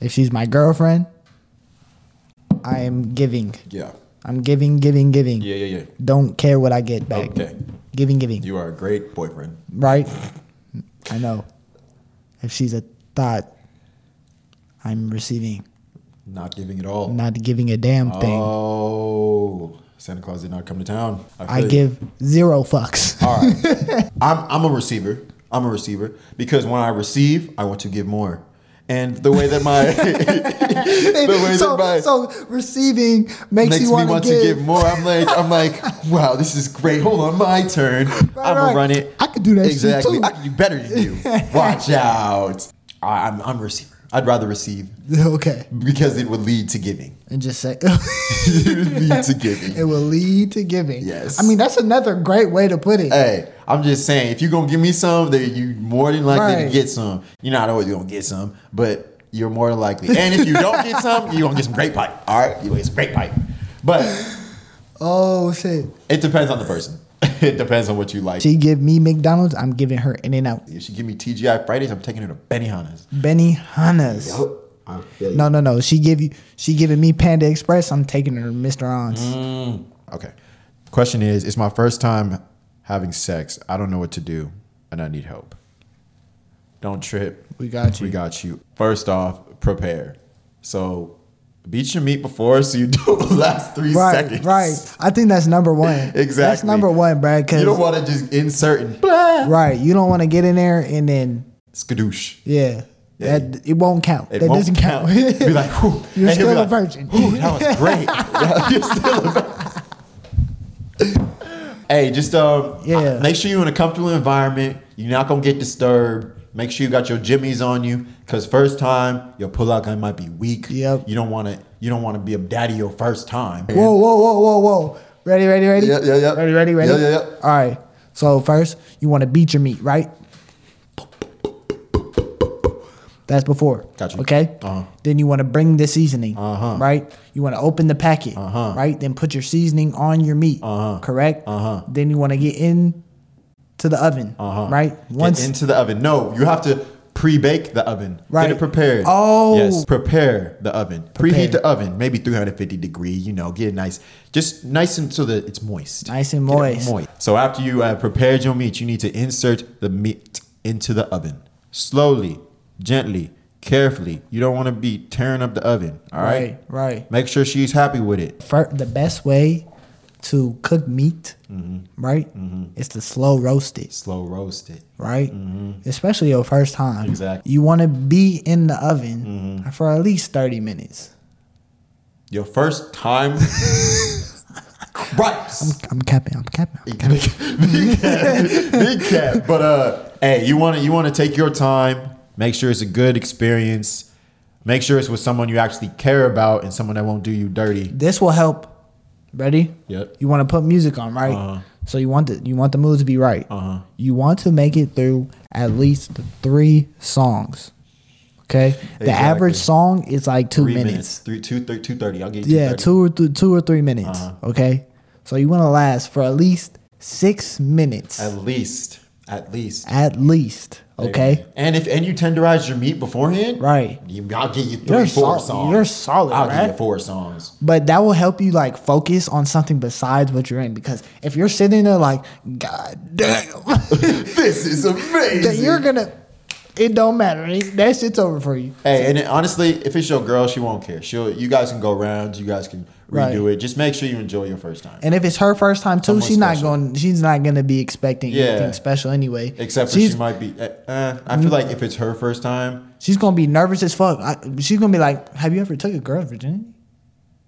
Speaker 2: If she's my girlfriend, I am giving.
Speaker 3: yeah,
Speaker 2: I'm giving, giving, giving.
Speaker 3: yeah, yeah, yeah.
Speaker 2: Don't care what I get back.
Speaker 3: Okay,
Speaker 2: Giving, giving.
Speaker 3: you are a great boyfriend.
Speaker 2: right? I know. If she's a thought, I'm receiving.
Speaker 3: Not giving at all.
Speaker 2: Not giving a damn thing.
Speaker 3: Oh, Santa Claus did not come to town.
Speaker 2: I
Speaker 3: feel you.
Speaker 2: give zero fucks.
Speaker 3: All
Speaker 2: <laughs>
Speaker 3: right. I'm I'm a receiver. I'm a receiver because when I receive, I want to give more. And the way that
Speaker 2: <laughs>
Speaker 3: my <laughs> the way
Speaker 2: so,
Speaker 3: that my
Speaker 2: so receiving makes,
Speaker 3: makes
Speaker 2: you
Speaker 3: me
Speaker 2: want
Speaker 3: want to give more. I'm like I'm like, wow, this is great. Hold on, my turn. I'm gonna
Speaker 2: right.
Speaker 3: run it.
Speaker 2: I could do that shit
Speaker 3: exactly.
Speaker 2: too.
Speaker 3: I could do better
Speaker 2: <laughs>
Speaker 3: than you. Watch out. I, I'm I'm a receiver. I'd rather receive
Speaker 2: <laughs> Okay,
Speaker 3: because it would lead to giving.
Speaker 2: and just say <laughs>
Speaker 3: <laughs> it would lead to giving.
Speaker 2: it will lead to giving.
Speaker 3: Yes. Uh,
Speaker 2: I mean that's another great way to put it.
Speaker 3: Hey, I'm just saying, if you're gonna give me some, then you more than likely to
Speaker 2: Right.
Speaker 3: get some. You're not always gonna get some, but you're more than likely. And if you don't get some, you're gonna get some great pipe. All right, you get some great pipe. But
Speaker 2: Oh shit!
Speaker 3: it depends on the person. <laughs> it depends on what you like.
Speaker 2: She give me McDonald's. I'm giving her In and Out.
Speaker 3: if she give me TGI Fridays, I'm taking her to Benihana's.
Speaker 2: Benny Hanna's. No, no, no. She give you. She giving me Panda Express. I'm taking her to Mr. On's.
Speaker 3: Okay. Question is, it's my first time having sex. I don't know what to do, and I need help. Don't trip.
Speaker 2: We got you.
Speaker 3: We got you. First off, prepare. So beat your meat before so you don't <laughs> last three
Speaker 2: right,
Speaker 3: seconds.
Speaker 2: right. I think that's number one.
Speaker 3: <laughs> Exactly.
Speaker 2: That's number one, Brad. Cause
Speaker 3: You don't want to just insert and blah.
Speaker 2: right, you don't want to get in there and then
Speaker 3: Skadoosh.
Speaker 2: yeah,
Speaker 3: Yeah.
Speaker 2: that it won't count.
Speaker 3: It
Speaker 2: that
Speaker 3: won't
Speaker 2: doesn't count. <laughs>
Speaker 3: Be like, whew.
Speaker 2: You're
Speaker 3: And he'll be
Speaker 2: still a
Speaker 3: like,
Speaker 2: virgin.
Speaker 3: Whew, that
Speaker 2: <laughs>
Speaker 3: was great. <laughs> You're still a virgin. Hey, just um,
Speaker 2: Yeah.
Speaker 3: Make sure you're in a comfortable environment. You're not gonna get disturbed. Make sure you got your jimmies on you, cause first time your pullout gun might be weak.
Speaker 2: Yep.
Speaker 3: You don't wanna you don't wanna be a daddy your first time.
Speaker 2: Whoa, whoa, whoa, whoa, whoa. Ready, ready, ready?
Speaker 3: Yeah, yeah, yeah.
Speaker 2: Ready, ready, ready?
Speaker 3: Yeah, yeah, yeah.
Speaker 2: All right. So first, you want to beat your meat, right? That's before.
Speaker 3: Got you.
Speaker 2: Okay?
Speaker 3: Uh-huh.
Speaker 2: Then you want to bring the seasoning,
Speaker 3: Uh-huh.
Speaker 2: right? You want to open the packet, uh-huh. right? Then put your seasoning on your meat,
Speaker 3: Uh-huh.
Speaker 2: correct?
Speaker 3: Uh-huh.
Speaker 2: Then you want to get in to the oven,
Speaker 3: Uh-huh.
Speaker 2: right?
Speaker 3: Get into the oven. No, you have to pre-bake the oven.
Speaker 2: Right.
Speaker 3: Get it prepared.
Speaker 2: Oh.
Speaker 3: Yes. Prepare the oven.
Speaker 2: Prepare.
Speaker 3: Preheat the oven. Maybe 350 degree. You know, get it nice. Just nice and so that it's moist.
Speaker 2: Nice and
Speaker 3: Get it
Speaker 2: moist.
Speaker 3: So after you have prepared your meat, you need to insert the meat into the oven slowly, gently, carefully. You don't want to be tearing up the oven. All right.
Speaker 2: right, right.
Speaker 3: Make sure she's happy with it.
Speaker 2: Fir the best way to cook meat,
Speaker 3: Mm-hmm.
Speaker 2: right, is to slow roast it.
Speaker 3: Slow roast it.
Speaker 2: right? Especially your first time.
Speaker 3: Mm-hmm. Exactly. Mm-hmm.
Speaker 2: You want to be in the oven for at least 30 minutes.
Speaker 3: Your
Speaker 2: <laughs>
Speaker 3: first time. Christ.
Speaker 2: I'm capping, I'm capping. I'm capping.
Speaker 3: big, big cat, big cat. But uh, hey, you want to you want to take your time. Make sure it's a good experience. Make sure it's with someone you actually care about and someone that won't do you dirty.
Speaker 2: This will help. Ready?
Speaker 3: Yep.
Speaker 2: You want to put music on, right? So you want the you want the mood to be right.
Speaker 3: Uh-huh.
Speaker 2: You want to make it through at least three songs. Okay. The
Speaker 3: Exactly.
Speaker 2: average song is like two
Speaker 3: Three
Speaker 2: minutes.
Speaker 3: minutes, three, two, thir- two thirty. Uh-huh. I'll get you.
Speaker 2: Yeah,
Speaker 3: 2:30.
Speaker 2: two or th- two or three minutes. Okay. So you want to last for at least six minutes,
Speaker 3: At least, at least.
Speaker 2: at least. Okay.
Speaker 3: And if and you tenderize your meat beforehand,
Speaker 2: Right.
Speaker 3: You, I'll give you 3
Speaker 2: You're
Speaker 3: four
Speaker 2: sol-
Speaker 3: songs.
Speaker 2: you're solid,
Speaker 3: I'll give
Speaker 2: right?
Speaker 3: you four songs.
Speaker 2: But that will help you like focus on something besides what you're in because if you're sitting there like, God damn, <laughs>
Speaker 3: This is amazing.
Speaker 2: that you're gonna It don't matter. It- That shit's over for you.
Speaker 3: Hey, and it- honestly, if it's your girl, she won't care. She'll. You guys can go rounds. You guys can redo
Speaker 2: Right.
Speaker 3: it. Just make sure you enjoy your first time.
Speaker 2: And if it's her first time too,
Speaker 3: Someone
Speaker 2: she's not
Speaker 3: special.
Speaker 2: going. She's not going to be expecting
Speaker 3: Yeah.
Speaker 2: anything special anyway.
Speaker 3: Except for
Speaker 2: she's Mm-hmm.
Speaker 3: she might be. eh, eh, I feel like if it's her first time,
Speaker 2: she's gonna be nervous as fuck. I, she's gonna be like, "Have you ever took a girl's virginity?"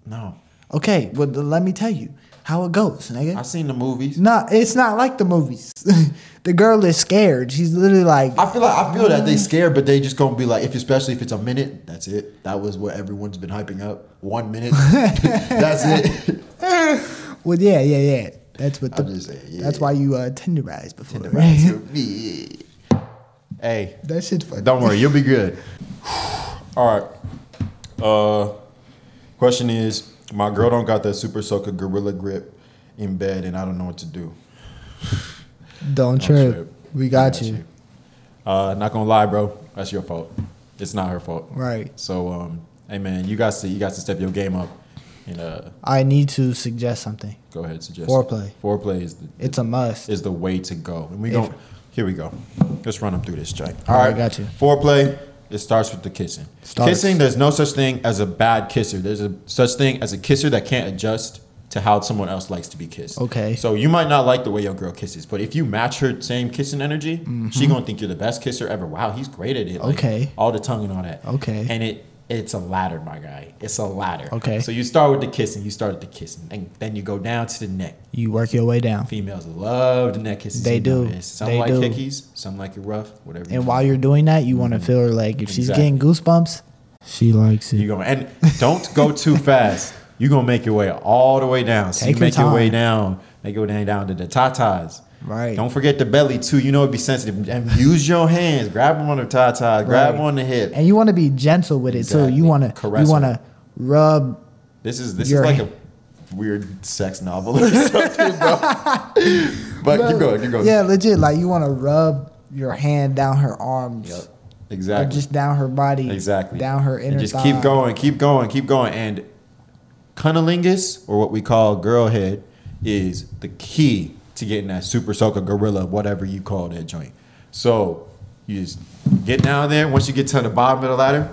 Speaker 3: no.
Speaker 2: Okay, well th- let me tell you how it goes,
Speaker 3: I
Speaker 2: nigga.
Speaker 3: seen the movies.
Speaker 2: Nah, it's not like the movies. <laughs> the girl is scared. She's literally like,
Speaker 3: I feel like I feel that they scared, but they just gonna be like, if especially if it's a minute, that's it. That was what everyone's been hyping up. One
Speaker 2: <laughs>
Speaker 3: minute, <laughs> that's it.
Speaker 2: well, yeah, yeah, yeah. That's what the.
Speaker 3: I'm just saying, yeah.
Speaker 2: That's why you uh, tenderized before.
Speaker 3: <laughs> hey,
Speaker 2: <laughs> that shit's fun.
Speaker 3: Don't worry, you'll be good. All right. Uh, question is, my girl don't got that super soaker gorilla grip in bed, and I don't know what to do.
Speaker 2: Don't
Speaker 3: Don't
Speaker 2: trip. We got, you.
Speaker 3: Uh, not gonna lie, bro, that's your fault. It's not her fault.
Speaker 2: Right.
Speaker 3: So, um, hey man, you guys to you guys to step your game up, and uh,
Speaker 2: I need to suggest something.
Speaker 3: go ahead suggest
Speaker 2: Foreplay.
Speaker 3: Foreplay is the
Speaker 2: It's a must.
Speaker 3: is the way to go. And we
Speaker 2: If-
Speaker 3: go. Here we go. Let's run them through this, Jake.
Speaker 2: All right, got you.
Speaker 3: Foreplay. It starts with the kissing.
Speaker 2: Starts.
Speaker 3: Kissing. There's no such thing as a bad kisser. There's a such thing as a kisser that can't adjust to how someone else likes to be kissed.
Speaker 2: Okay.
Speaker 3: So you might not like the way your girl kisses, but if you match her same kissing energy, she gonna think you're the best kisser ever. Wow, he's great at it. Like,
Speaker 2: Mm-hmm. Okay.
Speaker 3: All the tongue and all that.
Speaker 2: Okay.
Speaker 3: And it it's a ladder, my guy. It's a ladder.
Speaker 2: Okay.
Speaker 3: So you start with the kissing. You start with the kissing, and then you go down to the neck.
Speaker 2: You work your way down.
Speaker 3: Females love the neck kisses.
Speaker 2: They
Speaker 3: you know
Speaker 2: do.
Speaker 3: this. Some
Speaker 2: They
Speaker 3: like
Speaker 2: do.
Speaker 3: hickeys, some like it rough, whatever.
Speaker 2: And while you're doing that, you want
Speaker 3: Mm-hmm.
Speaker 2: to feel her leg. If she's getting goosebumps, she likes it.
Speaker 3: you go and don't go too fast. You're gonna make your way all the way down. So
Speaker 2: Take
Speaker 3: you
Speaker 2: your
Speaker 3: make your, way
Speaker 2: time.
Speaker 3: down, make your way down to the tatas.
Speaker 2: Right.
Speaker 3: Don't forget the belly too. You know it'd be sensitive. And use your hands. Grab them on the tatas. Grab
Speaker 2: Right.
Speaker 3: them on the hip.
Speaker 2: and you want to be gentle with it too.
Speaker 3: Exactly.
Speaker 2: You want to.
Speaker 3: Caress
Speaker 2: You
Speaker 3: her.
Speaker 2: want to rub.
Speaker 3: This is this
Speaker 2: Your
Speaker 3: is like
Speaker 2: hand.
Speaker 3: a weird sex novel or <laughs> something, bro. but you go, you go.
Speaker 2: Yeah, legit. Like you want to rub your hand down her arms.
Speaker 3: Yep.
Speaker 2: Or
Speaker 3: Exactly.
Speaker 2: just down her body.
Speaker 3: Exactly.
Speaker 2: Down her inner
Speaker 3: And just
Speaker 2: thigh.
Speaker 3: keep going, keep going, keep going. And cunnilingus, or what we call girl head, is the key to getting that super soaker gorilla, whatever you call that joint. So you just get down there. Once you get to the bottom of the ladder,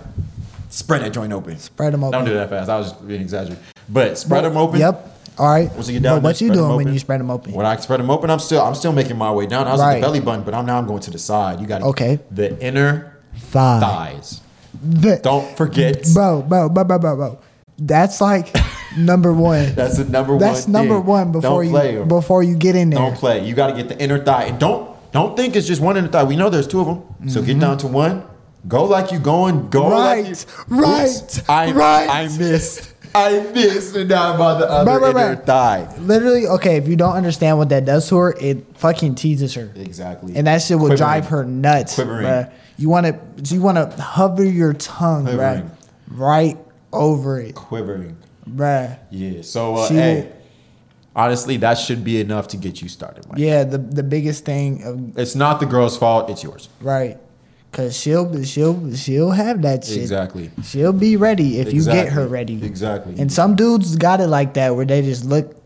Speaker 3: spread that joint open.
Speaker 2: Spread 'em open.
Speaker 3: Don't do that fast. I was just being exaggerated. But spread them open.
Speaker 2: Yep. All right.
Speaker 3: Once you get down,
Speaker 2: But
Speaker 3: there,
Speaker 2: what you
Speaker 3: spread 'em
Speaker 2: doing when
Speaker 3: open.
Speaker 2: you spread them open?
Speaker 3: When I spread them open, I'm still I'm still making my way down. I was at
Speaker 2: Right.
Speaker 3: the belly button, but I'm now I'm going to the side. You got to
Speaker 2: Okay. Uh-huh.
Speaker 3: The inner
Speaker 2: Thigh.
Speaker 3: thighs.
Speaker 2: The- <laughs>
Speaker 3: Don't forget.
Speaker 2: Bro, bro, bro, bro, bro, bro. That's
Speaker 3: <laughs>
Speaker 2: like number one.
Speaker 3: That's the number one.
Speaker 2: That's number
Speaker 3: thing.
Speaker 2: one before
Speaker 3: Don't play
Speaker 2: you
Speaker 3: 'em.
Speaker 2: before you get in there.
Speaker 3: Don't play. You got to get the inner thigh, and don't don't think it's just one inner thigh. We know there's two of them, so get down to one. Go like you going. Go like you.
Speaker 2: Mm-hmm. Right, right,
Speaker 3: Oops. I,
Speaker 2: right.
Speaker 3: I missed. I missed, and now I'm on the other
Speaker 2: Right, right,
Speaker 3: inner
Speaker 2: right.
Speaker 3: thigh.
Speaker 2: Literally, okay. If you don't understand what that does to her, it fucking teases her.
Speaker 3: Exactly.
Speaker 2: and that shit will
Speaker 3: Quivering.
Speaker 2: drive her nuts,
Speaker 3: Quivering.
Speaker 2: bruh. You want to, you want to hover your tongue, bruh,
Speaker 3: Quivering.
Speaker 2: right over it,
Speaker 3: Quivering.
Speaker 2: bruh.
Speaker 3: Yeah. So uh,
Speaker 2: She
Speaker 3: hey,
Speaker 2: will-
Speaker 3: honestly, that should be enough to get you started. Mike.
Speaker 2: Yeah, the the biggest thing, of,
Speaker 3: It's not the girl's fault. It's yours.
Speaker 2: right? Cause she'll she'll she'll have that shit.
Speaker 3: Exactly.
Speaker 2: She'll be ready if you get her
Speaker 3: Exactly.
Speaker 2: ready.
Speaker 3: Exactly.
Speaker 2: And some dudes got it like that where they just look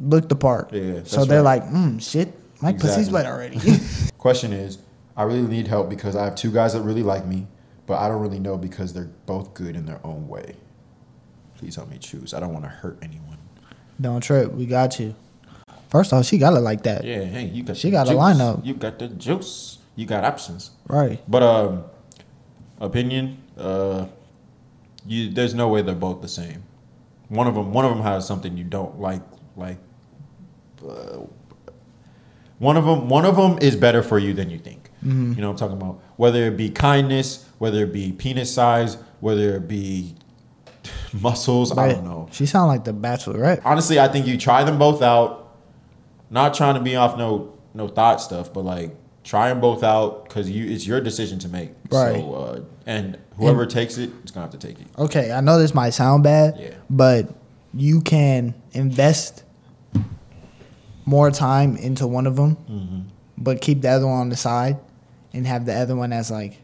Speaker 2: look the part.
Speaker 3: Yeah,
Speaker 2: So
Speaker 3: that's
Speaker 2: they're
Speaker 3: right.
Speaker 2: like, mm, shit, my pussy's
Speaker 3: Exactly.
Speaker 2: wet already. <laughs>
Speaker 3: Question is, I really need help because I have two guys that really like me, but I don't really know because they're both good in their own way. Please help me choose. I don't want to hurt anyone.
Speaker 2: Don't trip. We got you. First off, she got it like that.
Speaker 3: Yeah, hey, you got
Speaker 2: She
Speaker 3: the
Speaker 2: got a
Speaker 3: juice.
Speaker 2: lineup.
Speaker 3: You got the juice. You got options.
Speaker 2: Right.
Speaker 3: But um, opinion. Uh, you there's no way they're both the same. One of them, one of them has something you don't like. Like, uh, one of them, one of them is better for you than you think. You know what I'm talking about? Whether it be kindness, whether it be penis size, whether it be <laughs> muscles. I
Speaker 2: Right.
Speaker 3: don't know
Speaker 2: She sound like the bachelor, right?
Speaker 3: honestly, I think you try them both out. Not trying to be off no no thought stuff, but like try them both out because you it's your decision to make.
Speaker 2: Right.
Speaker 3: So, uh, and whoever takes it, it's gonna have to take it.
Speaker 2: Okay, I know this might sound bad,
Speaker 3: Yeah.
Speaker 2: but you can invest more time into one of them,
Speaker 3: Mm-hmm.
Speaker 2: but keep the other one on the side and have the other one as like,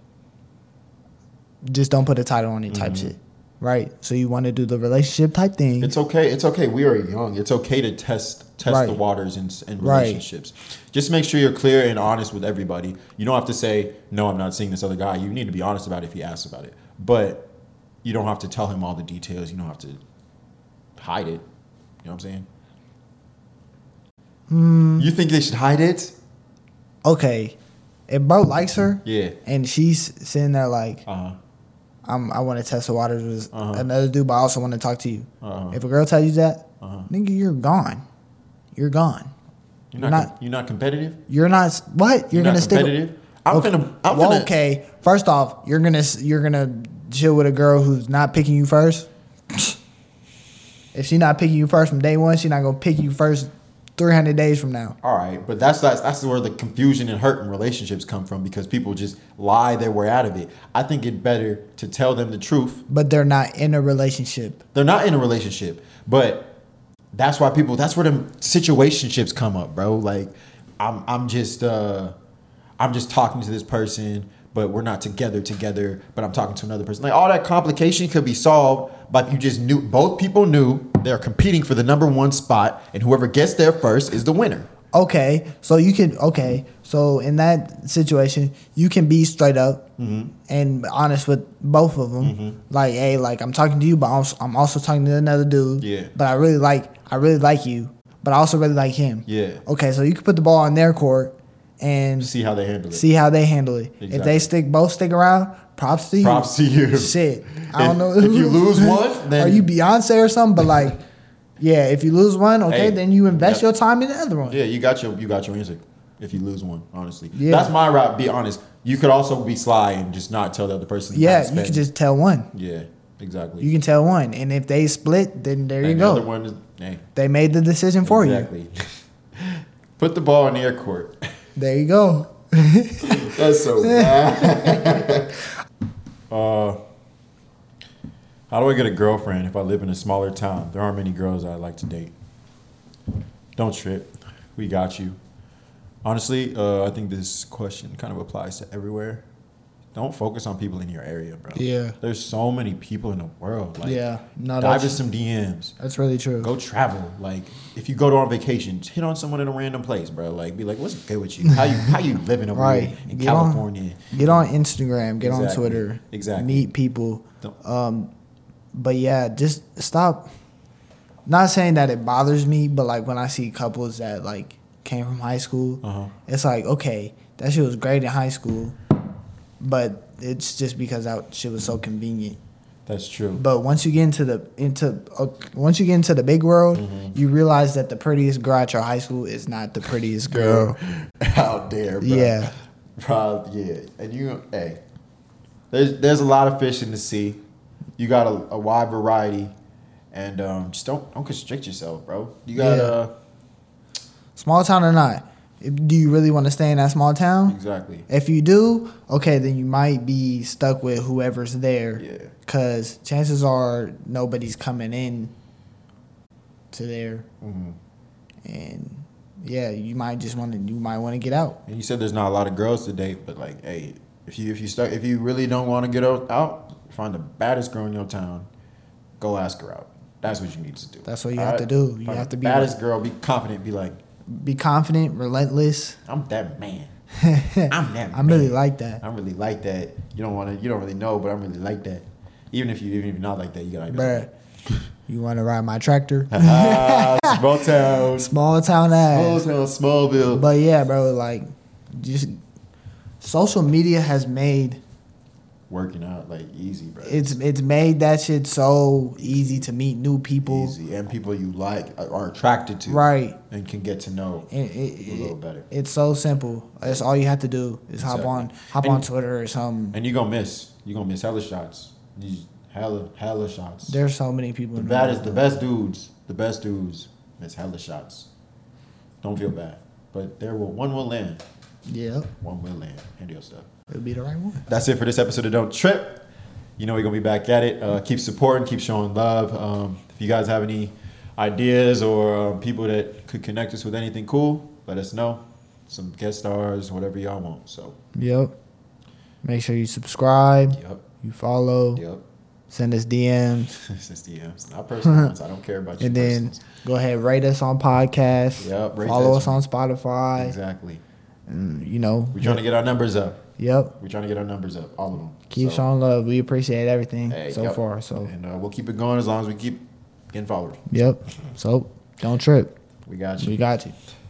Speaker 2: just don't put a title on it type shit. right? So you want to do the relationship type thing.
Speaker 3: Mm-hmm. It's okay. It's okay. We are young. It's okay to test test
Speaker 2: Right.
Speaker 3: the waters in, in
Speaker 2: Right.
Speaker 3: relationships. Just make sure you're clear and honest with everybody. You don't have to say no. I'm not seeing this other guy. You need to be honest about it if he asks about it. But you don't have to tell him all the details. You don't have to hide it. You know what I'm saying?
Speaker 2: Hmm.
Speaker 3: You think they should hide it?
Speaker 2: okay, if bro likes her,
Speaker 3: Yeah.
Speaker 2: and she's sitting there like,
Speaker 3: Uh
Speaker 2: I'm, I want to test the waters with
Speaker 3: Uh-huh.
Speaker 2: another dude, but I also want to talk to you.
Speaker 3: huh. Uh huh.
Speaker 2: If a girl tells you that,
Speaker 3: Uh-huh.
Speaker 2: nigga, you're gone. You're gone.
Speaker 3: You're not.
Speaker 2: not-
Speaker 3: com- you're not competitive.
Speaker 2: You're not s- what? You're,
Speaker 3: not
Speaker 2: gonna stick.
Speaker 3: competitive. I'm gonna. I'm
Speaker 2: well,
Speaker 3: gonna.
Speaker 2: okay. First off, you're gonna s- you're gonna chill with a girl who's not picking you first. if she's not picking you first from day one, she's not gonna pick you first 300 days from now.
Speaker 3: All right, but that's that's that's where the confusion and hurt in relationships come from because people just lie their way out of it. I think it better to tell them the truth.
Speaker 2: But they're not in a relationship.
Speaker 3: They're not in a relationship, but that's why people. That's where them situationships come up, bro. Like I'm I'm just uh I'm just talking to this person, but we're not together together. But I'm talking to another person. Like all that complication could be solved, but you just knew both people knew they're competing for the number one spot, and whoever gets there first is the winner.
Speaker 2: Okay, so you can okay, so in that situation, you can be straight up
Speaker 3: Mm-hmm.
Speaker 2: and honest with both of them. Like, hey, like I'm talking to you, but I'm also, I'm also talking to another dude.
Speaker 3: Yeah.
Speaker 2: But I really like I really like you, but I also really like him.
Speaker 3: Yeah.
Speaker 2: Okay, so you can put the ball in their court and
Speaker 3: See how they handle it.
Speaker 2: see how they handle it. If they
Speaker 3: Exactly.
Speaker 2: stick both stick around, props to you.
Speaker 3: Props to you.
Speaker 2: Shit, I don't
Speaker 3: If-
Speaker 2: know.
Speaker 3: if
Speaker 2: <laughs>
Speaker 3: you lose one, then-
Speaker 2: are you Beyonce or something? But like, yeah, if you lose one, okay,
Speaker 3: Hey,
Speaker 2: then you invest
Speaker 3: yeah.
Speaker 2: your time in the other one.
Speaker 3: Yeah, you got your you got your answer. If you lose one, honestly,
Speaker 2: Yeah.
Speaker 3: that's my route. Be honest. You could also be sly and just not tell the other person. how to
Speaker 2: Yeah, you
Speaker 3: spend.
Speaker 2: can just tell one.
Speaker 3: yeah, exactly.
Speaker 2: You can tell one, and if they split, then there you
Speaker 3: and the
Speaker 2: go.
Speaker 3: other one is hey,
Speaker 2: They made the decision for you.
Speaker 3: exactly. <laughs> Put the ball in the air court.
Speaker 2: There you go.
Speaker 3: That's so bad.
Speaker 2: <laughs>
Speaker 3: uh, how do I get a girlfriend if I live in a smaller town? There aren't many girls I like to date. Don't trip. We got you. Honestly, uh, I think this question kind of applies to everywhere. Don't focus on people in your area, bro.
Speaker 2: Yeah.
Speaker 3: There's so many people in the world. Like,
Speaker 2: Yeah, no,
Speaker 3: dive
Speaker 2: that's-
Speaker 3: in some DMs.
Speaker 2: That's really true.
Speaker 3: Go travel. Like if you go to on vacation, just hit on someone in a random place, bro. Like be like, what's good with you? How you how <laughs> you living over
Speaker 2: Right.
Speaker 3: here in
Speaker 2: Get on-
Speaker 3: California?
Speaker 2: Get on Instagram. Get on
Speaker 3: Exactly,
Speaker 2: Twitter.
Speaker 3: exactly.
Speaker 2: Meet people.
Speaker 3: Don't-
Speaker 2: Um, but yeah, just stop. Not saying that it bothers me, but like when I see couples that like came from high school,
Speaker 3: Uh-huh.
Speaker 2: it's like okay, that shit was great in high school, but it's just because that shit was so convenient.
Speaker 3: That's true. <laughs>
Speaker 2: But once you get into the into uh, once you get into the big world,
Speaker 3: Mm-hmm.
Speaker 2: you realize that the prettiest girl at your high school is not the prettiest girl.
Speaker 3: Girl, how dare, bro.
Speaker 2: Yeah.
Speaker 3: Bro, yeah. And you, hey, there's, there's a lot of fish in the sea. You got a, a wide variety. And um, just don't don't constrict yourself, bro. You got to,
Speaker 2: Yeah. Small town or not, if- do you really want to stay in that small town?
Speaker 3: exactly.
Speaker 2: If you do, okay, then you might be stuck with whoever's there.
Speaker 3: Yeah.
Speaker 2: Cause chances are nobody's coming in to there,
Speaker 3: Mhm.
Speaker 2: and yeah, you might just want to you might want to get out.
Speaker 3: And you said there's not a lot of girls to date, but like, hey, if you if you start if you really don't want to get out, out, find the baddest girl in your town, go ask her out. That's what you need to do.
Speaker 2: That's what you
Speaker 3: All
Speaker 2: have to do. You
Speaker 3: Find
Speaker 2: have
Speaker 3: the
Speaker 2: to be-
Speaker 3: baddest girl. Be confident. Be like,
Speaker 2: Be confident, relentless.
Speaker 3: I'm that
Speaker 2: <laughs>
Speaker 3: man. I'm that.
Speaker 2: I'm really
Speaker 3: man.
Speaker 2: like that.
Speaker 3: I'm really like that. You don't want to. You don't really know, but I'm really like that. Even if you even if you're not like that, you gotta.
Speaker 2: Bruh, you want to ride my tractor? <laughs>
Speaker 3: <laughs> Ah, small town,
Speaker 2: Small town
Speaker 3: small
Speaker 2: ass.
Speaker 3: town, Smallville.
Speaker 2: But yeah, bro, like, just social media has made
Speaker 3: Working out like easy, bro.
Speaker 2: it's it's made that shit so easy to meet new people,
Speaker 3: easy, and people you like are- are attracted to,
Speaker 2: right?
Speaker 3: And can get to know
Speaker 2: And it,
Speaker 3: a little
Speaker 2: it,
Speaker 3: better.
Speaker 2: it's so simple. That's all you have to do is hop
Speaker 3: Exactly.
Speaker 2: on hop
Speaker 3: And-
Speaker 2: on Twitter or something.
Speaker 3: And you gonna miss. You gonna miss hella shots. You, hella hella shots.
Speaker 2: There's so many people.
Speaker 3: the
Speaker 2: in
Speaker 3: baddest,
Speaker 2: world.
Speaker 3: the best dudes, the best dudes miss hella shots. Don't feel bad, but there will one will land,
Speaker 2: Yeah,
Speaker 3: one will land. Handle your stuff.
Speaker 2: it'll be the right one.
Speaker 3: That's it for this episode of Don't Trip. You know we're gonna be back at it. Uh, keep supporting, keep showing love. Um, if you guys have any ideas or um, people that could connect us with anything cool, let us know. Some guest stars, whatever y'all want. So,
Speaker 2: Yep. Make sure you subscribe,
Speaker 3: yep,
Speaker 2: you follow,
Speaker 3: yep.
Speaker 2: Send us DMs.
Speaker 3: It's just DMs,
Speaker 2: <laughs>
Speaker 3: not personal ones. I don't care about your
Speaker 2: And then
Speaker 3: personals.
Speaker 2: go ahead, rate us on podcasts.
Speaker 3: Yep, rate
Speaker 2: follow
Speaker 3: us.
Speaker 2: us on Spotify.
Speaker 3: Exactly.
Speaker 2: You know,
Speaker 3: We're trying to get our numbers up.
Speaker 2: yep.
Speaker 3: We're trying to get our numbers up, all of them.
Speaker 2: Keep
Speaker 3: So,
Speaker 2: showing love. We appreciate everything
Speaker 3: hey,
Speaker 2: so
Speaker 3: yep.
Speaker 2: far. So,
Speaker 3: and uh, we'll keep it going as long as we keep getting followers.
Speaker 2: yep. So, don't trip.
Speaker 3: We got you.
Speaker 2: We got you.